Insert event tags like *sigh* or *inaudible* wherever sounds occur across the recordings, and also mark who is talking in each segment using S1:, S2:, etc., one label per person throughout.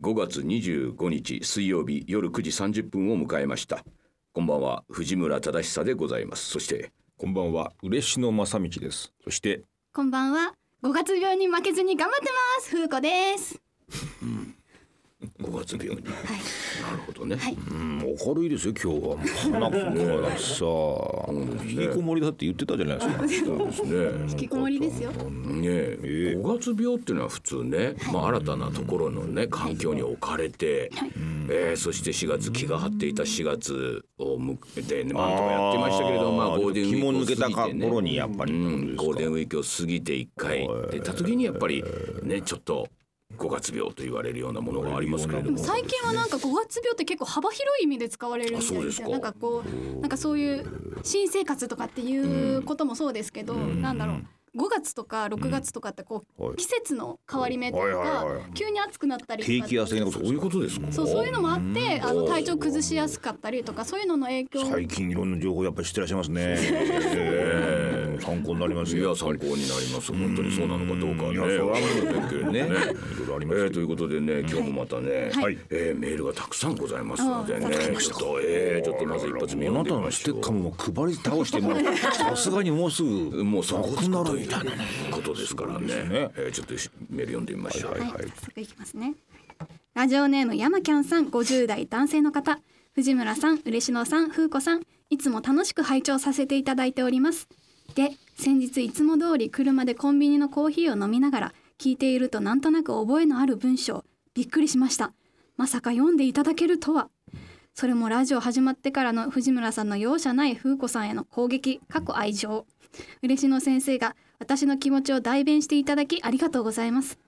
S1: 5月25日水曜日夜9時30分を迎えましたこんばんは藤村忠久でございますそして
S2: こんばんは、嬉野正道です。そして、
S3: こんばんは。五月病に負けずに頑張ってます。ふうこです。
S1: 5月病に、なるほどね、
S3: い
S2: うん、明るいですよ、今日は。もう花子からさ、引きこもりだって言ってたじゃないですか。
S1: そうですね
S3: 引きこもりですよ。
S1: ねえ5月病っていうのは普通ね、まあ、新たなところのね環境に置かれて、えーそして4月気が張っていた4月を向けてねまあなんとかやってましたけれどまあゴールデンウィ
S2: 気も
S1: ー
S2: 抜
S1: ク
S2: けた
S1: を過ぎてね
S2: 頃にやっぱり。
S1: うん、ゴールデンウィークを過ぎて1回出た時にやっぱりねちょっと5月病と言われるようなものがありますけれど
S3: でも
S1: も
S3: 最近はなんか五月病って結構幅広い意味で使われるみ
S1: あ
S3: た
S1: そう
S3: い
S1: で
S3: ですす
S1: か
S3: よ。なんかこうなんかそういう新生活とかっていうこともそうですけど、なんだろう。5月とか6月とかってこ
S2: うんは
S3: う
S2: い
S3: 季節の変わり目と
S2: はいはい
S3: か
S2: はいはい
S3: 急に暑くなったりとか
S2: 定期安的なこと
S1: そういうことですか
S3: そうそういうのもあってあ
S1: お
S3: の
S1: ー
S3: 体調崩しやすかったりとかそういうのの影響
S2: 最近いろんな情報やっぱり知ってらっしゃいますね。 *laughs* ええ参考になります
S1: いや
S2: よ。
S1: 参考になります本当にそうなのかどうかはね
S2: いやそれは
S1: 分かりませんけれどもね
S2: ねいろいろあります
S1: えーということでね今日もまたね、
S3: はい
S1: えーメールがたくさんございますのでね
S3: あー助かりま
S1: ちょっとえーちょっとまず一発目
S2: あ
S1: 読ん
S2: な
S1: で
S2: た
S1: み
S2: の
S1: ま
S2: ス
S1: し
S2: テ
S1: ょ
S2: ッ
S1: う
S2: カーも配り倒して *laughs* もうさすがにもうすぐ
S1: もうそ
S2: な
S1: こ
S2: くなる
S1: ということですからね
S2: すね
S1: えーちょっとメール読んでみましょう、
S2: はい
S3: はい、早速いきますね。ラジオネーム山キャンさん、50代男性の方、藤村さん、嬉野さん、風子さん、いつも楽しく拝聴させていただいております。で、先日いつも通り車でコンビニのコーヒーを飲みながら聞いているとなんとなく覚えのある文章、びっくりしました。まさか読んでいただけるとは。それもラジオ始まってからの藤村さんの容赦ない風子さんへの攻撃、過去愛情。嬉野先生が私の気持ちを代弁していただきありがとうございます。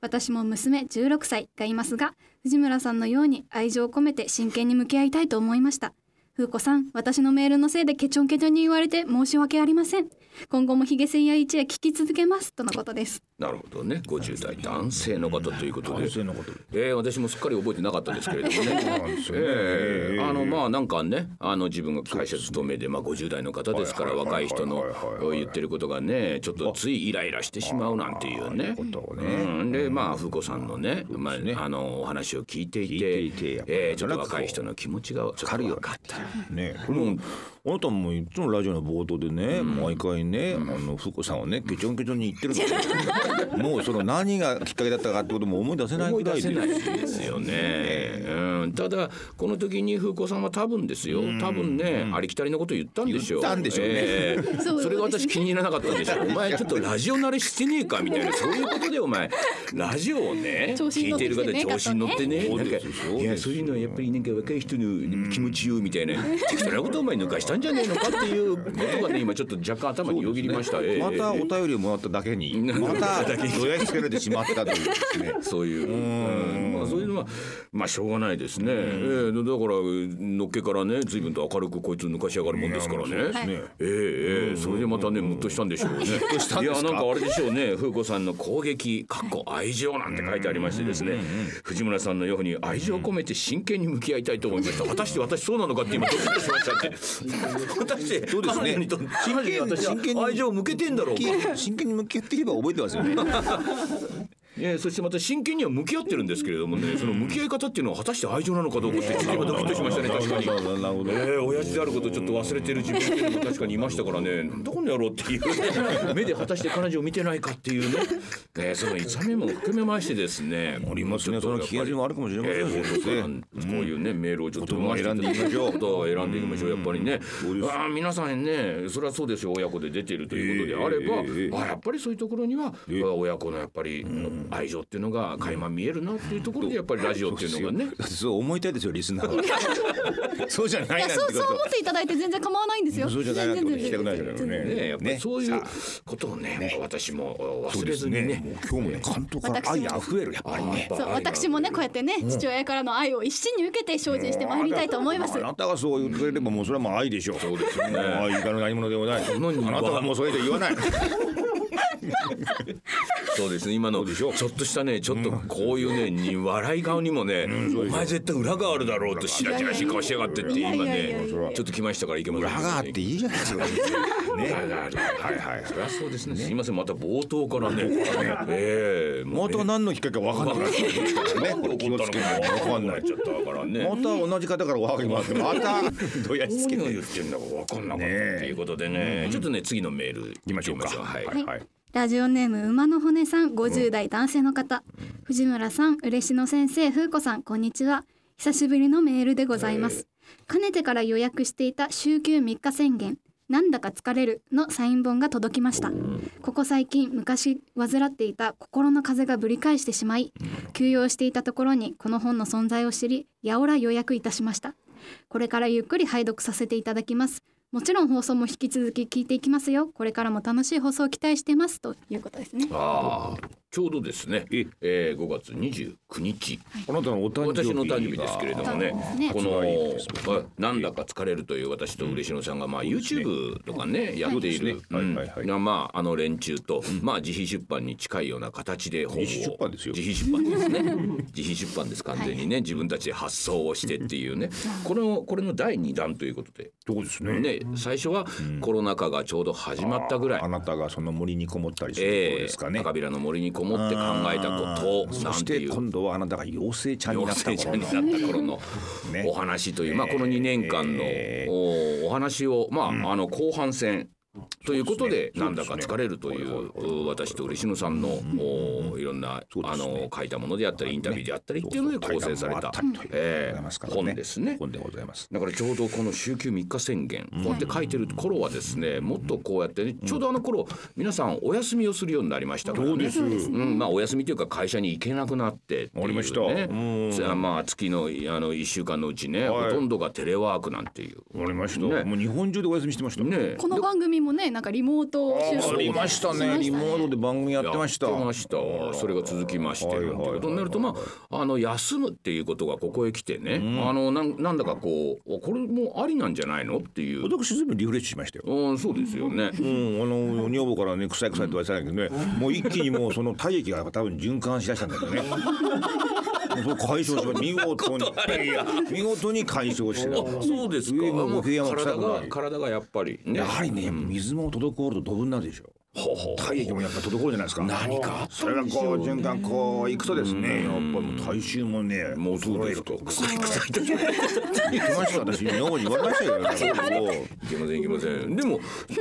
S3: 私も娘16歳がいますが、藤村さんのように愛情を込めて真剣に向き合いたいと思いました。風子さん、私のメールのせいでケチョンケチョンに言われて申し訳ありません。今後もヒゲ千夜一夜聞き続けます。とのことです。
S1: なるほどね50代男性の方ということで
S2: 男性のこと。
S1: えー、私もすっかり覚えてなかったですけれども
S2: *laughs*
S1: ね。えーあのまあなんかねあの自分が会社勤めで、まあ、50代の方ですから
S2: はいは
S1: 若
S2: いはい
S1: い人の
S2: はいはいはい
S1: 言ってることがねちょっとついイライラしてしまうなんていうね。
S2: ことをね
S1: うん、でまあ風子さんのね,、まあ、あのお話を聞いていて
S2: 聞いていてやっぱり
S1: えーちょっと若い人の気持ちがちょっと分かった。
S2: ね、これもあなたもいつもラジオの冒頭でね、毎回ね、あの福子さんをねケチョンケチョンに言ってる *laughs* から、もうその何がきっかけだったかってことも思い出せない
S1: 思
S2: ぐ
S1: い
S2: ら
S1: 出
S2: い
S1: せ
S2: で
S1: ないですよね。うん、ただこの時に風子さんは多分ですよ。多分ね、ありきたりのこと言ったんでしょう。
S2: 言ったんでしょうね
S1: ええ
S3: そう
S1: それが私気に入らなかったんでしょう。お前ちょっとラジオ慣れしてねえかみたいなそういうことでお前ラジオをね
S3: 調子に
S1: 聞い
S3: 乗ってて
S1: る
S3: き
S1: 方
S3: てね
S1: 調子に乗ってね、
S2: そう
S1: なんか
S2: ですそうです
S1: いやそういうのはやっぱりなんか若い人の気持ちよみたい
S3: *laughs*
S1: な適当なことをお前抜かしたんじゃねえのかっていうことがね今ちょっと若干頭によぎりました。ええ
S2: またお
S1: ええ
S2: 便りをもらっただけ *laughs* に、またどやしつけられてしまったというです *laughs* ね。
S1: そういう、うんまあそういうのはまあしょうがないですね。ええだからのっけからね、随分と明るくこいつ抜かし上がるもんですからね。
S3: はい
S1: ええええそれでまたねムッとしたんでしょうね。
S2: としたんですか
S1: いやなんかあれでしょうね。風子さんの攻撃、かっこ愛情なんて書いてありましてですね。藤村さんのように愛情を込めて真剣に向き合いたいと思いました。果たして私そうなのかって今ドキドキしましたって。果たして
S2: そうですね
S1: 彼女にと彼女に私
S2: 真剣に
S1: は愛情を向けてんだろうか。
S2: 真剣に向き合っていれば覚えてますよね。
S1: えー、そしてまた真剣には向き合ってるんですけれどもね、その向き合い方っていうのは果たして愛情なのかどうかってちょっと今ドキッとしましたね確かに。
S2: なるほど。
S1: えー、親父であることをちょっと忘れてる自分っていうのも確かにいましたからねなんだこの野郎っていう目で果たして彼女を見てないかっていうね、 *laughs* えー、そのいさめも含めましてですねあ
S2: りますねその危険性もあるかもしれません
S1: え
S2: よ
S1: ー、
S2: そうですね
S1: こういうねメールをちょっと
S2: 言葉を選んでいきましょう
S1: ことを選んでいきましょうやっぱりね
S2: そうです
S1: あー皆さんねそれはそうですよ親子で出てるということであれば、
S2: えーえー
S1: あやっぱりそういうところには、あ親子のやっぱり愛情っていうのが垣間見えるなっていうところでやっぱりラジオっていうのがね
S2: だってそう思いたいですよリスナーは。そうじゃない
S3: い
S2: な
S3: や、
S2: んて
S3: そう、
S2: こ
S3: そう思っていただいて全然構わないんです
S2: と。
S3: よ。
S2: そうじゃないなんてこと聞きたくないですよね。
S1: ねやっぱりそういう
S2: さあ
S1: ことをね私も
S2: そう
S1: 忘
S2: で
S1: れ
S2: す
S1: ずに
S2: ね。
S1: ね
S2: もう今日もね監督から愛あふれるやっぱりね。
S3: そう私もねこうやってね父親からの愛を一身に受けて精進してまいりたいと思います
S2: あ。なたがそう言ってくれればもうそれはもう愛でしょう。そうですね。愛以外の何者でもない。あ
S1: の庭
S2: なたはもうそれ以上言わない。
S1: そうですね今のちょっとしたねちょっとこういうねに笑い顔にもねお前絶対裏があるだろうとしらじらしい顔しやがってって今
S3: いやいやいや
S1: ね
S3: い
S1: ち
S3: や
S1: ょっと来ましたからいけません
S2: 裏があっていいじゃないですか。ね。
S1: 裏がある
S2: はいはいはい。
S1: そりゃそうですねすいませんまた冒頭からねええも
S2: ま
S1: うね
S2: た何のきっかけかわかんない。
S1: なんで怒ったのかわかんないちょっとだからね
S2: また同じ方からおはがきもらってまた *laughs* どうやってつけ
S1: 何を
S2: て
S1: 言ってんだかわかんなかったと
S2: ねえ
S1: いうことでねちょっとね次のメールい
S2: いきましょうか。
S1: はい
S3: いラジオネーム馬の骨さん50代男性の方、藤村さん嬉野先生風子さんこんにちは久しぶりのメールでございます、かねてから予約していた週休3日宣言なんだか疲れるのサイン本が届きましたここ最近昔患っていた心の風がぶり返してしまい休養していたところにこの本の存在を知りやおら予約いたしましたこれからゆっくり拝読させていただきますもちろん放送も引き続き聞いていきますよこれからも楽しい放送を期待してますということですね
S1: ああちょうどですねえー5月29日
S2: あなたのお誕生日
S1: 私の誕生日ですけれどもね
S3: そうですね
S1: こ
S2: つまりですね
S1: のあなんだか疲れるという私と嬉野さんがまあ YouTube とかねやってい
S2: そうで
S1: る
S2: す
S1: う
S2: ね
S1: ん
S2: はいはいはい
S1: なまああの連中とまあ自費出版に近いような形で本を
S2: 自費出版ですよ
S1: 自費出版です
S2: *laughs*
S1: ね自費出版です完全にね自分たちで発想をしてっていうねこのこれの第2弾ということで
S2: そうですね。
S1: ね最初はコロナ禍がちょうど始まったぐらい
S2: あなたがその森にこもったりするこ
S1: え
S2: と
S1: え
S2: ですかね。
S1: 赤びらの森にこもって考えたこ
S2: あー
S1: と
S2: そ
S1: なん
S2: してて
S1: いう
S2: 今度はあなたが妖精ちゃんになった
S1: 妖精ちゃんに
S2: 頃の
S1: なった頃の
S2: ね
S1: お話という、まあ、
S2: えー
S1: この2年間の
S2: えー
S1: おお話を、まあ、あの後半戦ということで
S2: そ
S1: な
S2: うですね
S1: んだか疲れるとい
S2: そうですね
S1: う私と嬉野さんのおいろんな
S2: そうで
S1: あ
S2: すね
S1: の書いたものであったりインタビューであったりっていうので構成されたえ
S2: え
S1: え
S2: ー、
S1: 本ですね。
S2: 本でございます。
S1: だからちょうどこの週休3日宣言こうやって書いてる頃はですねもっとこうやってねちょうどあの頃皆さんお休みをするようになりましたからね
S2: どうです
S1: うんまあ、お休みというか会社に行けなくなってっていう、ね、
S2: ありましたうん
S1: つまあ月のあの1週間のうちね、
S2: はい
S1: ほとんどがテレワークなんていう。
S2: わかりました、
S1: ね
S2: もう日本中でお休みしてました。
S1: ね
S3: この番組もねなんかリモート収録
S2: ありましたね。リモートで番組やってました。
S1: やってましたそれが続きまして
S2: は
S1: と
S2: い
S1: い
S2: は
S1: う
S2: いはい
S1: ことになるとまああの休むっていうことがここへ来てね、あのなんなんだかこうこれもありなんじゃないのっていう、
S2: 私ずいぶんリフレッシュしましたよ。
S1: うん、そうですよね。
S2: うん、あの女房からね臭い臭いって言われてたんだけどね、もう一気にもうその体液が多分循環しだしたんだけどね。もうそれ解消しま見事に見事に解消してた。
S1: あそうですか。
S2: 上も
S1: まあ
S2: 奥山も
S1: 体
S2: 臭くな
S1: が
S2: い
S1: 体がやっぱりね。
S2: やはりね、水も滞るとドブになるでしょ。
S1: ほうほう
S2: 体液もやっぱ滞るじゃないですか。何かそれがこう循環こういくとですね、やっぱりもう体臭もね、
S1: もうどうですか。臭い臭いと言われて
S2: 言ってました私女房に言われましたよ。もう
S1: いけませんいけませんでも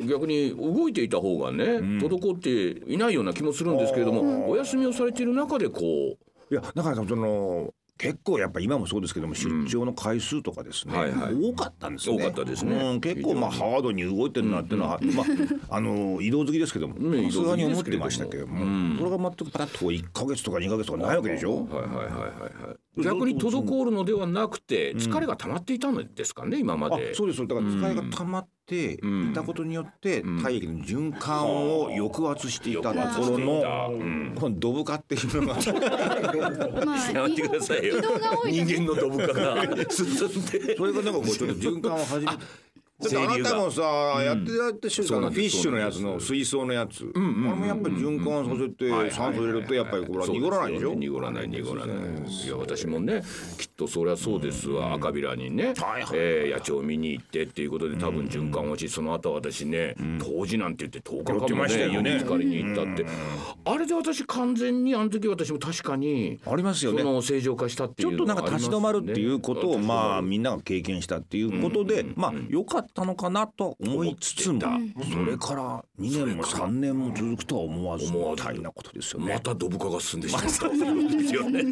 S1: 逆に動いていた方がね、滞っていないような気もするんですけれどもお休みをされている中でこ
S2: いやだからその結構やっぱ今もそうですけども出張の回数とかですね、
S1: はいはい
S2: 多かったんですよね。
S1: 多かったですね
S2: うん、結構まあハードに動いてるなっていうのは、まああの移動好きですけども、
S1: ね
S2: さすがに思ってましたけども、
S1: うん
S2: これが全くパタッと一ヶ月とか二ヶ月とかないわけでしょ
S1: う。はいはいはいはいはい逆に滞るのではなくて疲れが溜まっていたのですかね今ま
S2: あ
S1: で。
S2: そうですそうですだから疲れが溜まってい
S1: うん
S2: たことによって
S1: うん
S2: 体液の循環を抑圧していたところ
S1: 抑圧してい
S2: の
S1: たうん
S2: このドブ化ってい
S1: *laughs*
S2: うのが
S3: まあ
S1: やめてくださいよ
S3: 移動が多い
S1: 人
S3: とね
S1: 間のドブ化が *laughs* 進んで
S2: それがなんかこうちょっと循環を始めだってあなたもさ、やってやって週
S1: そうな
S2: の
S1: ん
S2: フ
S1: です
S2: ィッシュのやつ
S1: そうなん
S2: の
S1: です
S2: 水槽のやつ、あれもやっぱり循環させて、酸素入れるとやっぱりこれは濁らないでしょ、
S1: そうすよね濁らない濁らないいや私もねきっとそりゃそうですわ赤びらにね、えー野鳥見に行ってっていうことで多分循環落ちその後私ね当時なんて言って10日
S2: やっ
S1: 間
S2: て
S1: も
S2: ました
S1: ね
S2: よ
S1: 湯
S2: ね
S1: に浸かりに行ったってあれで私完全にあの時私も確かに
S2: ありますよね
S1: その正常化したってい
S2: ち
S1: う
S2: ょっとなんか立ち止まるっていうことをまあ
S1: あ
S2: みんなが経験したっていうことで、まあ良かったのかなと思いつつも、それから2年も3年も続くとは思わず
S1: 思わず
S2: 大変なことですよ
S1: ま
S2: ね、
S1: たドブ化が進んでしまったっていうんですよね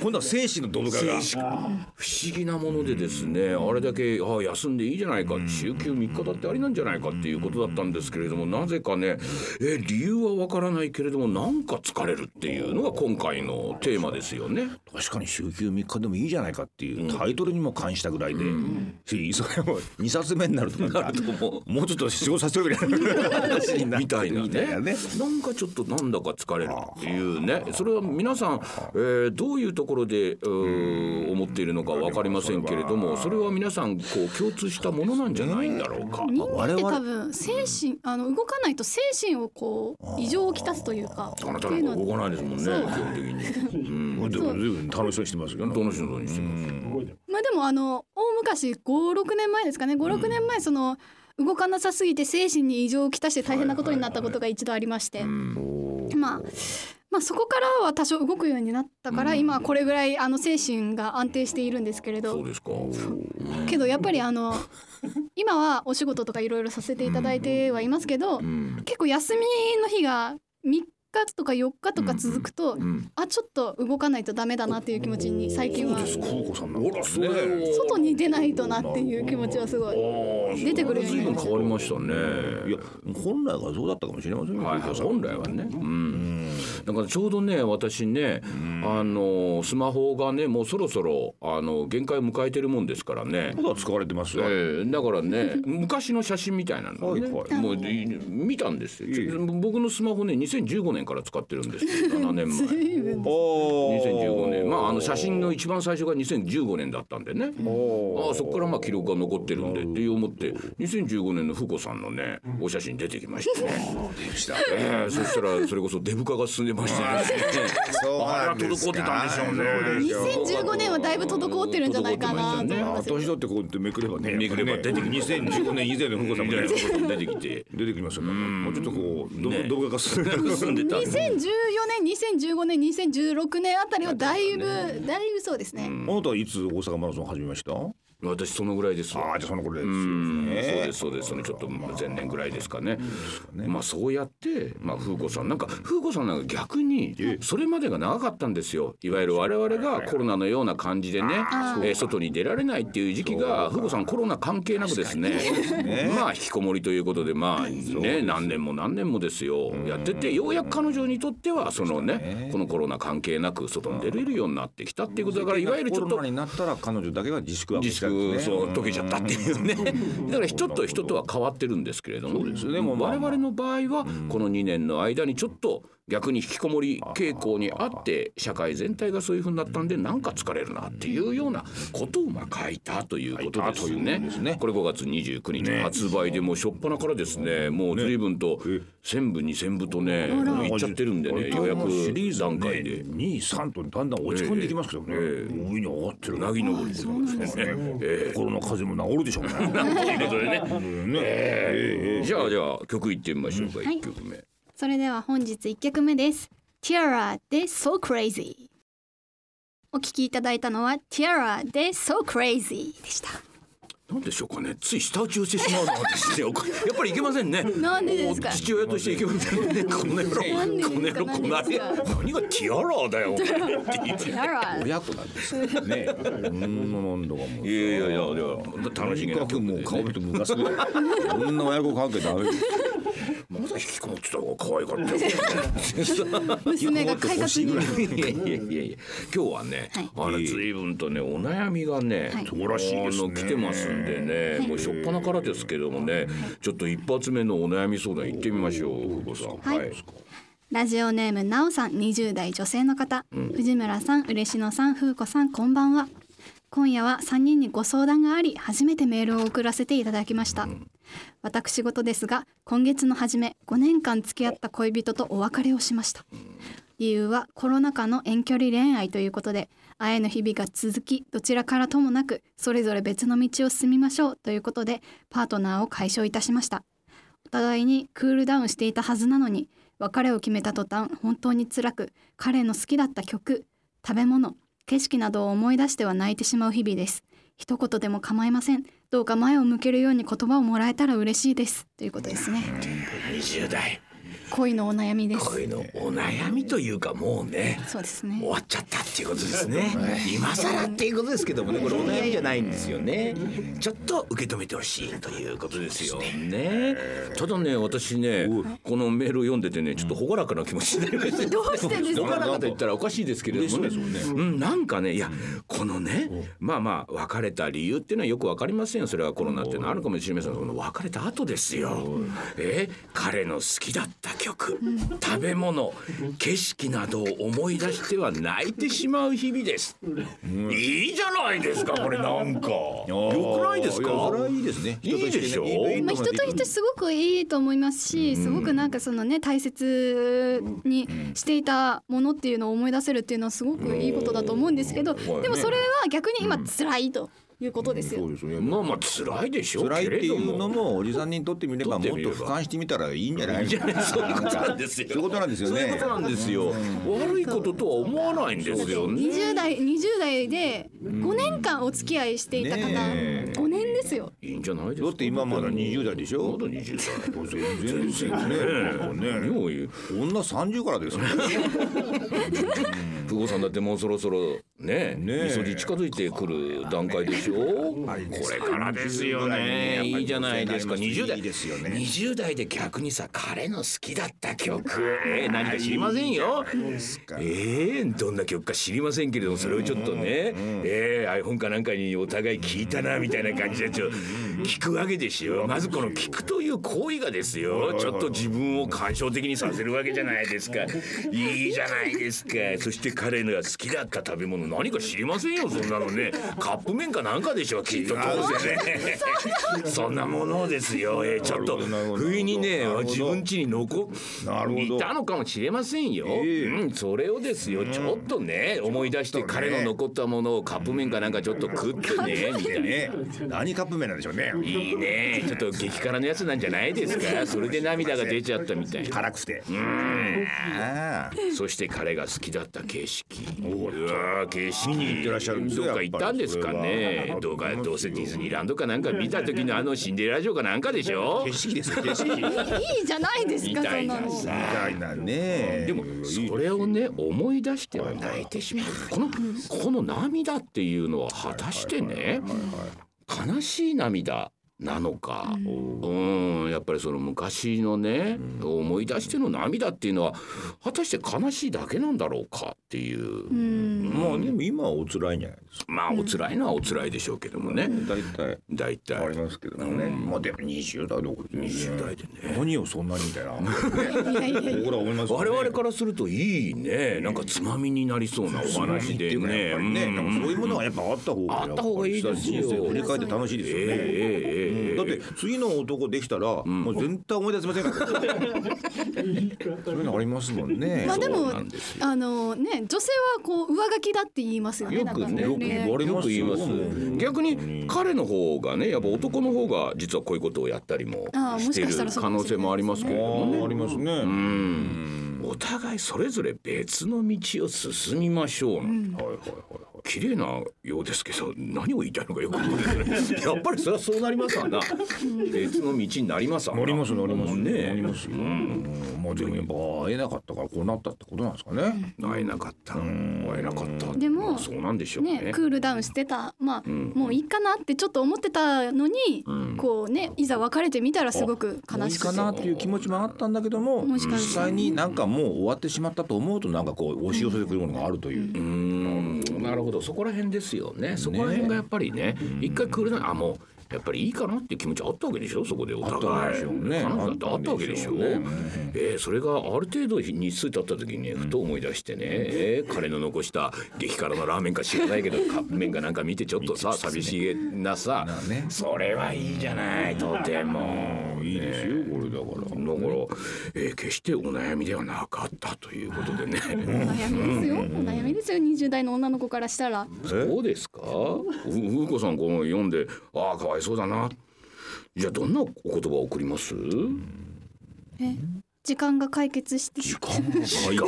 S2: 今度は精神のドブ化が
S1: 不思議なものでですね、あれだけああ休んでいいじゃないか週休3日だってありなんじゃないかっていうことだったんですけれどもなぜかねえ理由はわからないけれどもなんか疲れるっていうのが今回のテーマですよ *laughs* ね。
S2: 確かに週休3日でもいいじゃないかっていうタイトルにも関したぐらいで、しそれも2冊休めになると
S1: な
S2: か
S1: ると思う。
S2: もうちょっと仕事させてくれ話になる
S1: みたいな
S2: みたいな
S1: ね
S2: ね
S1: なんかちょっとなんだか疲れるっていうねそれは皆さん、えーどういうところでうー思っているのか分かりませんけれどもそれは皆さんこう共通したものなんじゃないんだろうか。
S4: 人間って
S2: 我々
S4: 多分精神あの動かないと精神をこう異常をきたすというか
S1: あな
S4: って
S1: た
S4: い
S1: な
S4: うんの
S1: か動
S4: は
S1: かないですもんね基本的に。
S2: でも随分楽しそうにしてますけ
S1: う
S2: ど
S1: ん、どの人のにしても
S4: まあでもあの大昔56年前ですかね56年前その動かなさすぎて精神に異常をきたして大変なことになったことが一度ありましてまあまあそこからは多少動くようになったから今はこれぐらいあの精神が安定しているんですけれ
S1: そう
S4: ど
S1: ですか。
S4: けどやっぱりあの今はお仕事とかいろいろさせていただいてはいますけど
S1: うん
S4: 結構休みの日が3日とか4日とか続くと
S1: うん
S4: あちょっと動かないとダメだなっていう気持ちに最近は
S2: 空子さんなん
S1: ほ
S2: から
S1: それを
S4: 外に出ないとなっていう気持ちはすごい出てくるよう
S1: 随
S4: になりまし
S1: 分変わりましたね。
S2: いや本来はそうだったかもしれませんよ
S1: はいはい、本来はね、うん、だからちょうどね私ね、あのスマホがねもうそろそろあの限界を迎えてるもんですからね、
S2: まだ使われてます
S1: え
S2: よ
S1: ーだからね昔の写真みたいなのをね、
S2: はいはい
S1: もうい見たんですよ
S2: いい
S1: ちょ僕のスマホね2015年から使ってるんです *laughs* よ7年前
S4: 分
S2: お
S1: 2015年まああの写真の一番最初が2015年だったんでねああそこからまあ記録が残ってるんでって思って2015年の福子さんのねお写真出てきましたね。ええそしたらそれこそデブ化が進んでましてですね
S2: そう
S1: あれは
S2: なんです
S1: 滞ってたんでしょうね
S2: そうでしょう
S4: 2015年はだいぶ滞ってるんじゃないかなと思い
S2: あ
S4: ますよ
S2: 私だってこうやってめくればね
S1: めくれば出てきます
S2: 2015年以前の福子さんみたいな
S1: 福子さん出てきて
S2: *laughs* 出てきますよもうちょっとこうど
S1: ね
S2: 動画
S1: *laughs*
S2: が進んで
S1: 進んでたんで
S4: 2014年2015年2016年あたりはだいぶだいぶそうですね
S2: あなたはいつ大阪マラソン始めました
S1: 私そのぐらいですわ
S2: ああじゃあその頃で
S1: うんそう
S2: すよね
S1: ですそうですそのちょっと前年ぐらいですかねまあそうやってまあ風子さんなんか風子さんなんか逆にそれまでが長かったんですよいわゆる我々がコロナのような感じでねえー外に出られないっていう時期が風子さんコロナ関係なくですね *laughs* まあ引きこもりということでまあね何年も何年もですよやっててようやく彼女にとってはそのねこのコロナ関係なく外に出れるようになってきたっていうことだからいわゆるちょっ
S2: コ
S1: と
S2: ロナになったら彼女だけが自粛は
S1: 自粛そう溶けちゃったっていうねだから人と人とは変わってるんですけれども
S2: ねもうまあ
S1: 我々の場合はこの2年の間にちょっと逆に引きこもり傾向にあって社会全体がそういうふうになったんでなんか疲れるなっていうようなことをまあ書いたということですね
S2: ですね
S1: これ5月29日発売でもう初っ端からですねもう随分と1,000部2,000部とねいっちゃってるんでね予約
S2: シリーズ
S1: 段
S2: 段
S1: 階
S2: 階
S1: で
S2: で。2位3とだんだん落ち込んでいきますけどね、
S1: えええ
S2: 上に上がってる
S1: うなぎ登りってことですね。ええ
S2: 心の風邪も治るでしょうねなんということでねね *laughs* ええ
S1: じゃあじゃあ曲いってみましょうか
S3: は
S1: 1
S3: い
S1: 曲目、
S3: それでは本日1曲目です Tiara で So Crazy お聴きいただいたのは Tiara で So Crazy でした
S1: なんでしょうかねつい舌打ちをしてしまうのですねお *laughs* かやっぱりいけませんね
S4: なんでですか
S1: もう父親としていけませんねこの野郎
S4: なんでですか
S1: この野郎この
S4: なんでです
S1: 野郎何がティアラだよって言ってい
S4: Tiara
S2: 親子なんですよね。 *laughs* うん、なんだかもう。
S1: やいやいやいや楽しげな
S2: と
S1: 曲
S2: にかく
S1: で
S2: もう顔
S1: ね
S2: 見て昔の。こんな親子関係ダメ。
S1: まだ引きこもってた方が可愛かった *laughs* よ
S4: 娘が快活に
S1: いやいやいやいや今日はね、あの随分とねお悩みがね、
S3: はい
S1: そうらしいですねあの来てますんでね、もうしょっぱなからですけどもね、ちょっと一発目のお悩み相談行ってみましょう、ふうこさん。
S3: はいラジオネームなおさん20代女性の方、藤村さん嬉野さん風子さんこんばんは今夜は3人にご相談があり初めてメールを送らせていただきました、私事ですが今月の初め5年間付き合った恋人とお別れをしました理由はコロナ禍の遠距離恋愛ということで会えぬ日々が続きどちらからともなくそれぞれ別の道を進みましょうということでパートナーを解消いたしましたお互いにクールダウンしていたはずなのに別れを決めた途端本当に辛く彼の好きだった曲食べ物景色などを思い出しては泣いてしまう日々です一言でも構いませんどうか前を向けるように言葉をもらえたら嬉しいですということですね
S1: 20代
S4: 恋のお悩みです
S1: 恋のお悩みというかもうね
S4: そうです
S1: 終
S4: ね
S1: わっちゃったっていうことですね。今更っていうことですけどもね、これお悩みじゃないんですよね。ちょっと受け止めてほしいということですよね。ただね、私ね、このメールを読んでてね、ちょっと朗らかな気持ちになりました。
S4: どうしてです
S1: 朗
S4: から
S1: かと言ったらおかしいですけれどもね。
S2: 嬉しそうです
S1: うん、なんかね、いや、このね、まあまあ、別れた理由っていうのはよくわかりませんよ。それはコロナっていうのはあるかもしれませんが。この別れた後ですよ。え、彼の好きだった曲、食べ物、景色などを思い出しては泣いてしまう日々です。いいじゃないですか、これなんか。よくないですか。
S2: いやそれはいいですね。
S1: いいでしょ
S2: 人
S4: まあ、人
S2: として
S4: と
S2: ね
S4: 人すごくいいと思いますし、すごくなんかそのね大切にしていたものっていうのを思い出せるっていうのはすごくいいことだと思うんですけど、
S1: うん
S4: でもそれは逆に今辛いということですよ。
S2: そうですね。
S1: まあまあ、辛いでしょ
S2: 辛いっていうの
S1: けれど
S2: もおじさんにとってみればもっと俯瞰してみたらいいんじゃな
S1: *laughs*
S2: い
S1: いやそういうことなんですよ。
S2: そういうことなんですよね
S1: そういうことなんですよ。悪いこととは思わないんですよね。
S4: 20代20代で5年間お付き合いしていた方、
S2: ね
S4: 5年ですよ。
S1: いいんじゃないですか。
S2: だって今まだ20代でしょ
S1: まだ20代。
S2: 全然ねもうね
S1: もういう
S2: 女30からですよ
S1: 富豪さんだってもうそろそろね
S2: ねえ
S1: みそじ近づいてくる段階でしょこれからですよねいいじゃないですか20代
S2: いいですよね
S1: 20代で逆にさ彼の好きだった曲えー何か知りませんよえー、どんな曲か知りませんけれどもそれをちょっとね、えー、iPhone かなんかにお互い聞いたなみたいな感じでちょっと聞くわけですよまずこの聞くという行為がですよちょっと自分を感傷的にさせるわけじゃないです *laughs* かいいじゃないですかそして彼のが好きだった食べ物何か知りませんよそんなのねカップ麺かなんかでしょきっとどうせね *laughs* そんなものですよ、えー、ちょっと
S2: なるほど
S1: 不意にね
S2: なるほど
S1: 自分家に残
S2: なるほど
S1: いたのかもしれませんよ、
S2: ええ
S1: うん、それをですよ、ちょっとね思い出して彼の残ったものをカップ麺かなんかちょっと食ってねみたいな。
S2: ね何カップ麺なんでしょうね
S1: いいねちょっと激辛のやつなんじゃないですかそれで涙が出ちゃったみたい
S2: 辛くてああ
S1: そして彼が好きだった景色うわー景色に行
S2: ってらっしゃるんですよ
S1: どっか行ったんですか
S2: やっぱ
S1: ね
S2: り
S1: どうかどうせディズニーランドかなんか見た時のあのシンデレラ城かなんかでしょ
S2: 景色です
S1: *laughs*
S2: よ景色み
S4: いいじゃないです
S1: み
S4: かそ
S1: たい
S4: んな
S1: な
S4: の。
S1: さ
S2: たいなね
S1: でもそれをね思い出しては泣いてしまうこのこの涙っていうのは果たしてね悲しい涙なのかうんやっぱりその昔のね思い出しての涙っていうのは果たして悲しいだけなんだろうかっていう
S4: うん
S2: まあでも今はお辛いんじゃないですか
S1: まあお辛いのはお辛いでしょうけどもね
S2: 大体
S1: 大
S2: あり
S1: 体
S2: ますけどねまあでも20代どこ
S1: 20代でね。
S2: 何をそんなに
S1: *laughs*
S2: みたいな僕ら思います
S1: 我々からするといいねなんかつまみになりそうなお話でね
S2: やっぱりね、
S1: うん
S2: なんかそういうものはやっぱあった方が
S1: あった方がいいですよ
S2: 人生振り返って楽しいですよね。
S1: ええええええ
S2: だって次の男できたら、もう全体思い出せませんから、そういうのありますもんね
S4: まあで
S1: そ
S4: も
S1: うなんです
S4: あのね女性はこう上書きだって言いますよね。
S1: よ
S4: なんか
S1: くね、
S4: 恋愛
S2: われ
S1: よく言います
S2: よね
S1: 逆に彼の方がねやっぱ男の方が実はこういうことをやったりも
S4: ああ
S1: してる
S4: もしかしたらそう
S1: 可
S4: かも
S1: 能
S4: しれないですね
S1: 性もありますけれどもね
S2: あありますね、
S1: うんお互いそれぞれ別の道を進みましょう、
S2: はいはいはい
S1: 綺麗なようですけど何を言いたいのかよくわかん
S4: *laughs*
S1: ないですねやっぱりそれはそうなりますわな別の道になりますわな
S2: なりますなります
S1: ね
S2: なりますよ、うん、まあでもやっぱ会えなかったからこうなったってことなんですかね、
S1: 会えなかった会えなかった
S4: でも
S1: まあそうなんでしょうね
S4: ね、クールダウンしてたまあ、もういいかなってちょっと思ってたのに、こうねいざ別れてみたらすごく
S2: もう
S4: 悲
S2: いい
S4: し
S2: か
S4: くて
S2: なっていう気持ちもあったんだけども
S4: もしか
S2: 実
S4: したら
S2: 際になんかもう終わってしまったと思うとなんかこう押し寄せてくるものがあるという、
S1: うーんなるほどそこら辺ですよねそこら辺がやっぱりね一回クールダウンあもうやっぱりいいかなっていう気持ちあったわけでしょそこでお
S2: あった
S1: 互
S2: んで
S1: い
S2: しょうね
S1: 彼女だってあったわけでしょ
S2: あったんでしょうね
S1: えーそれがある程度日数経った時にねふと思い出してね、えー彼の残した激辛のラーメンか知ら
S2: *laughs*
S1: ないけどカップ麺かなんか見てちょっとさ寂しげなさ
S2: あね
S1: それはいいじゃないとても。
S2: いいですよこれだから
S1: だから、えー決してお悩みではなかったということでね。
S4: お悩みですよお悩みですよ20代の女の子からしたら
S1: そうですか。うふうこさんこの読んで、ああかわいそうだな。じゃあどんなお言葉を送ります？
S4: え時間が解決して
S1: 時間が時間が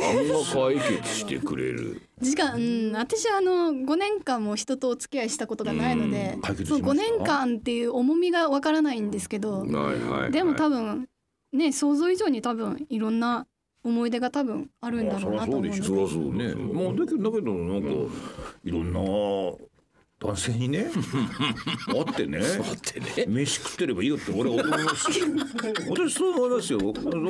S1: 解決してくれる。
S4: 時間うん私あの5年間も人とお付き合いしたことがないので
S2: ん解決しました
S4: 5年間っていう重みがわからないんですけど
S1: はいはい、はい。
S4: でも多
S1: 分
S4: 分ね想像以上に多分いろんな思い出が多分あるんだろうなと思うんです
S1: そりゃそうね
S2: もうだけどだけどなんか、いろんな男性
S1: *laughs*
S2: にね会ってね
S1: だってね
S2: 飯食ってればいいよって俺は思いますよ私そう思いますよ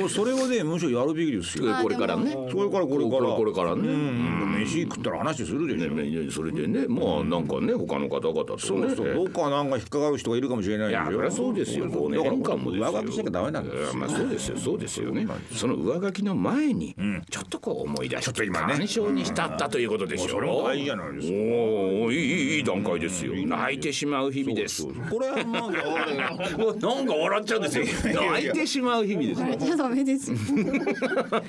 S2: それはねむしろやるべきですよ
S4: あ
S1: これからね
S2: それからこれから
S1: これからね
S2: うん飯食ったら話するでしょ、
S1: ねねそれでねまあなんかね他の方々とね
S2: そうそうどっかなんか引っかかる人がいるかもしれない
S1: い
S2: でし
S1: や
S2: ょ
S1: そりゃそうですよ5
S2: だから
S1: 年間もですよ
S2: 上書きしなきゃダメなんですよ
S1: いやまあそうですよそうですよねその上書きの前にちょっとこう思い出し
S2: ちょっと
S1: て
S2: 今ね
S1: 感傷に浸ったということでしょ
S2: それも大事じゃないですか
S1: おおいいいい段階ですよ泣いてしまう日々です
S2: そうそうこれはまあ
S1: なんか笑っちゃうんですよ *laughs* 泣いてしまう日々ですよ
S4: じゃあダメですよ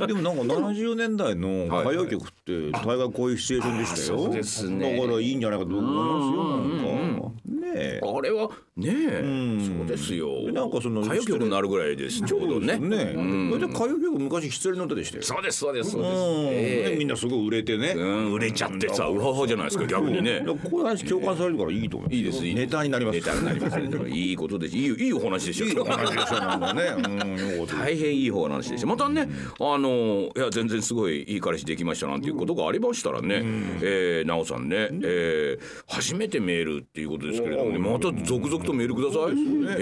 S2: でも
S1: *laughs*
S2: なんか70年代の歌謡曲って大概こういうシチュエーションでしたよ。
S1: あそうですね
S2: だからいいんじゃないかと僕思いますよ。なんかねえ。
S1: あれはねえそうですよ
S2: なんかその
S1: 歌謡曲になるぐらいですちょうどね
S2: ねえ。だって歌謡曲昔失恋の歌でしたよ。
S1: そうですそうですそう
S2: う
S1: です
S2: ん。ね
S1: え
S2: みん
S1: え
S2: なすごい売れてね。
S1: うん売れちゃってさうわわじゃないですか逆にね
S2: だからこういう話共感されるからいいと思う。
S1: いいですいいです
S2: ネタになります。
S1: ネタになりますねいいことですいいいいお話でし
S2: *laughs* いい
S1: ょ
S2: 話でしょなんかね。うん。よかった
S1: 大変いい方の話でしたまたね、あのいや全然すごいいい彼氏できましたなんていうことがありましたらね、えー、なおさんね、えー初めてメールっていうことですけれどもねまた続々とメールください、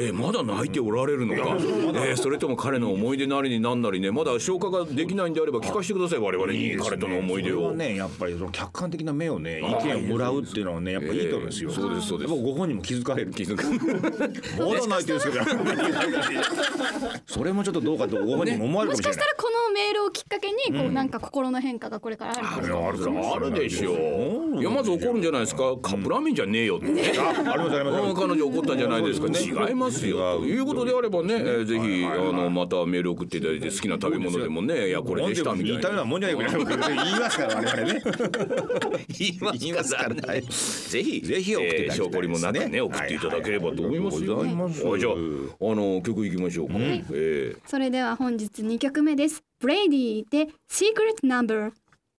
S1: えーまだ泣いておられるのか、えーそれとも彼の思い出なりになんなりねまだ消化ができないんであれば聞かせてください我々に彼との思い出
S2: それは
S1: を。
S2: ねやっぱりその客観的な目をね意見をもらうっていうのはねやっぱいいと思うんですよ、
S1: ええそうですそうです
S2: やっぱご本人も気づかれる気づかれるまだ泣いてるんですけどそれもちょっとどうかとご本人も思われ
S4: もし
S2: るかもしれ
S4: かし
S2: な
S4: た
S2: い
S4: らこのメールをきっかけにこうなんか心の変化がこれからあるかもしれない
S2: あるかもしれない
S1: あるでしょう。いやまず怒るんじゃないですか。カップラーメンじゃねえよってね。
S2: あありがとうございますありがとうございます
S1: 彼女怒ったんじゃないですか、
S2: そうですね
S1: 違いますよ
S2: 違う
S1: ということであればね、えーぜひあのまたメール送っていただいて好きな食べ物でもねいやこれでしたみ
S2: 似
S1: たい
S2: たよ
S1: う
S2: な
S1: な
S2: もんじゃないかな言いますから我々ね
S1: 言いますからね
S2: はい
S1: ぜひ
S2: ぜひ送っていただきたいですね
S1: 証拠りもなくね送っていただければと思いますよ、
S2: はいありがとうございます
S1: はいじゃああの曲いきましょうか、えー
S4: それでは本日2曲目です。ブレイディで Secret Number